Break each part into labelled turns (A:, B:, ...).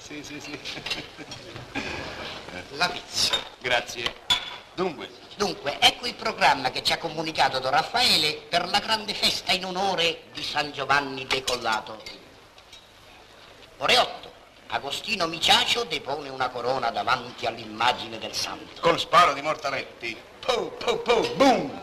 A: sì, sì, sì.
B: La pizza.
A: Grazie. Dunque,
B: Dunque, ecco il programma che ci ha comunicato Don Raffaele per la grande festa in onore di San Giovanni Decollato. Ore 8. Agostino Miciacio depone una corona davanti all'immagine del santo.
A: col sparo di Mortaletti. Po, po, po, boom!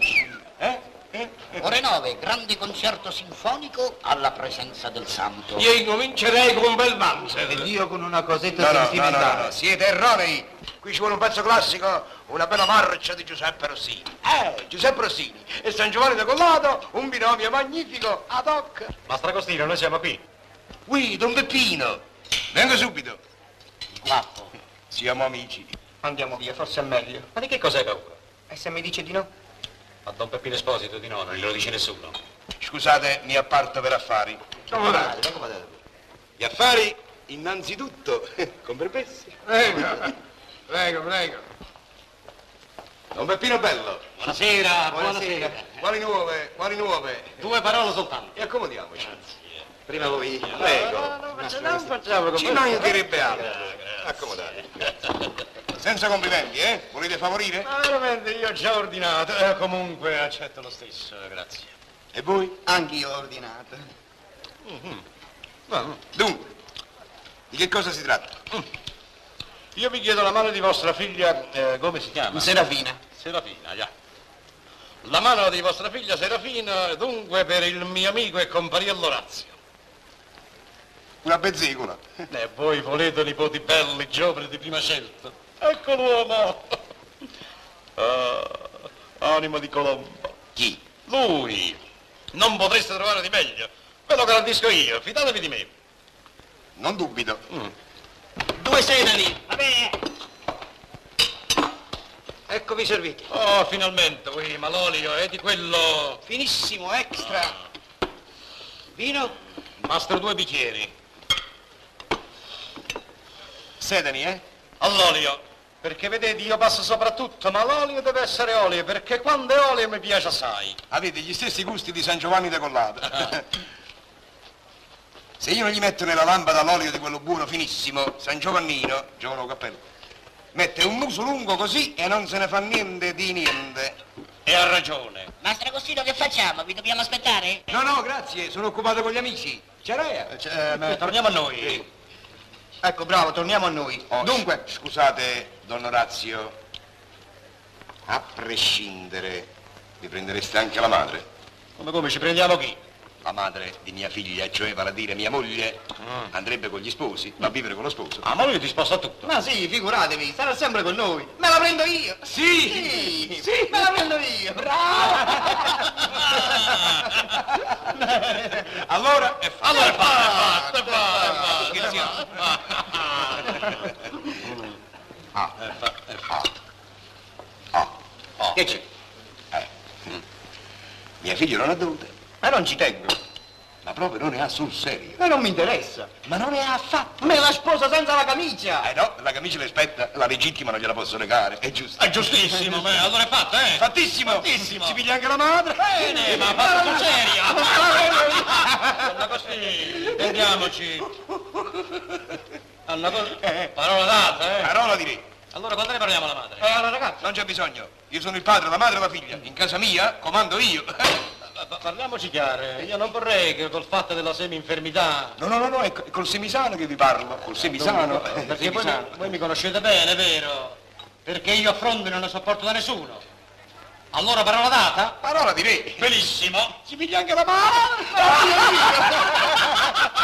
A: Eh? Eh?
B: Ore 9. Grande concerto sinfonico alla presenza del santo.
C: Io incomincerei con Belvanzer.
D: Ed io con una
A: No,
D: cosetta
A: no, no, no,
D: sentimentale.
A: no, no, siete erronei. Qui ci vuole un pezzo classico, una bella marcia di Giuseppe Rossini. Eh, Giuseppe Rossini e San Giovanni da Collato, un binomio magnifico ad hoc.
D: Ma Stragostino, noi siamo qui.
A: Qui, Don Peppino. Vengo subito.
B: Guappo.
A: Siamo amici.
C: Andiamo via, forse è meglio.
D: Ma di che cos'hai paura?
C: E se mi dice di no?
D: A Don Peppino Esposito di no, non glielo dice nessuno.
A: Scusate, mi apparto per affari.
C: Come va?
A: Gli affari, innanzitutto, con permessi.
C: Prego, prego, prego.
A: Don Peppino Bello.
D: Buonasera,
A: Quali nuove, quali nuove?
D: Due parole soltanto.
A: E accomodiamoci.
D: Prima voi.
A: Prego.
D: Non facciamo
A: Ci mancherebbe altro. Accomodate. Senza complimenti, eh? Volete favorire?
D: Ma veramente io ho già ordinato. Eh, comunque accetto lo stesso, grazie.
A: E voi?
E: Anch'io ho ordinato.
A: Dunque, di che cosa si tratta?
D: Io vi chiedo la mano di vostra figlia, eh, come si chiama?
E: Serafina.
D: Serafina, già. La mano di vostra figlia Serafina, dunque, per il mio amico e compariello Razio.
A: Una bezzecola.
D: E voi volete nipoti belli, giovani di prima scelta. Ecco l'uomo. Ah, anima di colombo.
A: Chi?
D: Lui. Non potreste trovare di meglio. Ve lo garantisco io, fidatevi di me.
A: Non dubito.
E: Due sedani.
C: Eccovi serviti.
D: Oh, finalmente, qui, Malolio, è di quello...
E: Finissimo, extra. Vino?
D: Bastano due bicchieri.
A: Sedani, eh?
D: All'olio. Perché vedete, io passo soprattutto, ma l'olio deve essere olio, perché quando è olio mi piace assai.
A: Avete gli stessi gusti di San Giovanni da Collata. Se io non gli metto nella lampada l'olio di quello buono finissimo, San Giovannino, Giovanni Cappello, mette un muso lungo così e non se ne fa niente di niente.
D: E ha ragione.
B: Mastro Agostino, che facciamo? Vi dobbiamo aspettare?
A: No, no, grazie, sono occupato con gli amici. C'era
D: torniamo a noi.
E: Ecco, bravo, torniamo a noi.
B: Oh,
A: Dunque, scusate, don Orazio, a prescindere, vi prendereste anche la madre?
D: Come come, ci prendiamo chi?
A: La madre di mia figlia, cioè vale a dire mia moglie, andrebbe con gli sposi, va a vivere con lo sposo.
D: Ah, ma lui ti sposta tutto.
E: Certo. Ma sì, figuratevi, sarà sempre con noi. Me la prendo io. Sì, sì, me la prendo io.
A: Allora è fatto.
D: Allora, fatto, è fatto, è fatto.
A: Scherziamo.
E: Che c'è?
A: Mia figlia non ha dovute,
E: Ma non ci tengo.
A: ma proprio non ne ha sul serio.
E: Ma non mi interessa.
A: Ma non ne ha affatto.
E: Me la sposo senza la camicia.
A: Eh no, la camicia le spetta, la legittima non gliela posso negare, è giusto.
D: È giustissimo, beh, allora è fatto, eh.
A: Fattissimo! Eh,
D: Fattissimo.
A: Si piglia anche la madre?
D: Bene, ma fatto sul serio. Anna così, vediamoci. Anna così. Parola data, eh.
A: Parola di re.
D: Allora, quando ne parliamo alla madre?
C: Allora, ragazzi,
A: Non c'è bisogno. Io sono il padre, la madre e la figlia. In casa mia comando io.
D: Eh, Pa- pa- Parliamoci chiaro, io non vorrei che col fatto della semi-infermità...
A: No, no, no, no, è co- col semisano che vi parlo. Col semisano. eh,
D: Perché voi
A: semisano.
D: mi, voi mi conoscete bene, vero? Perché io a fronte non ne sopporto da nessuno. Allora, parola data?
A: Parola di re.
D: Benissimo.
A: Si piglia anche la madre.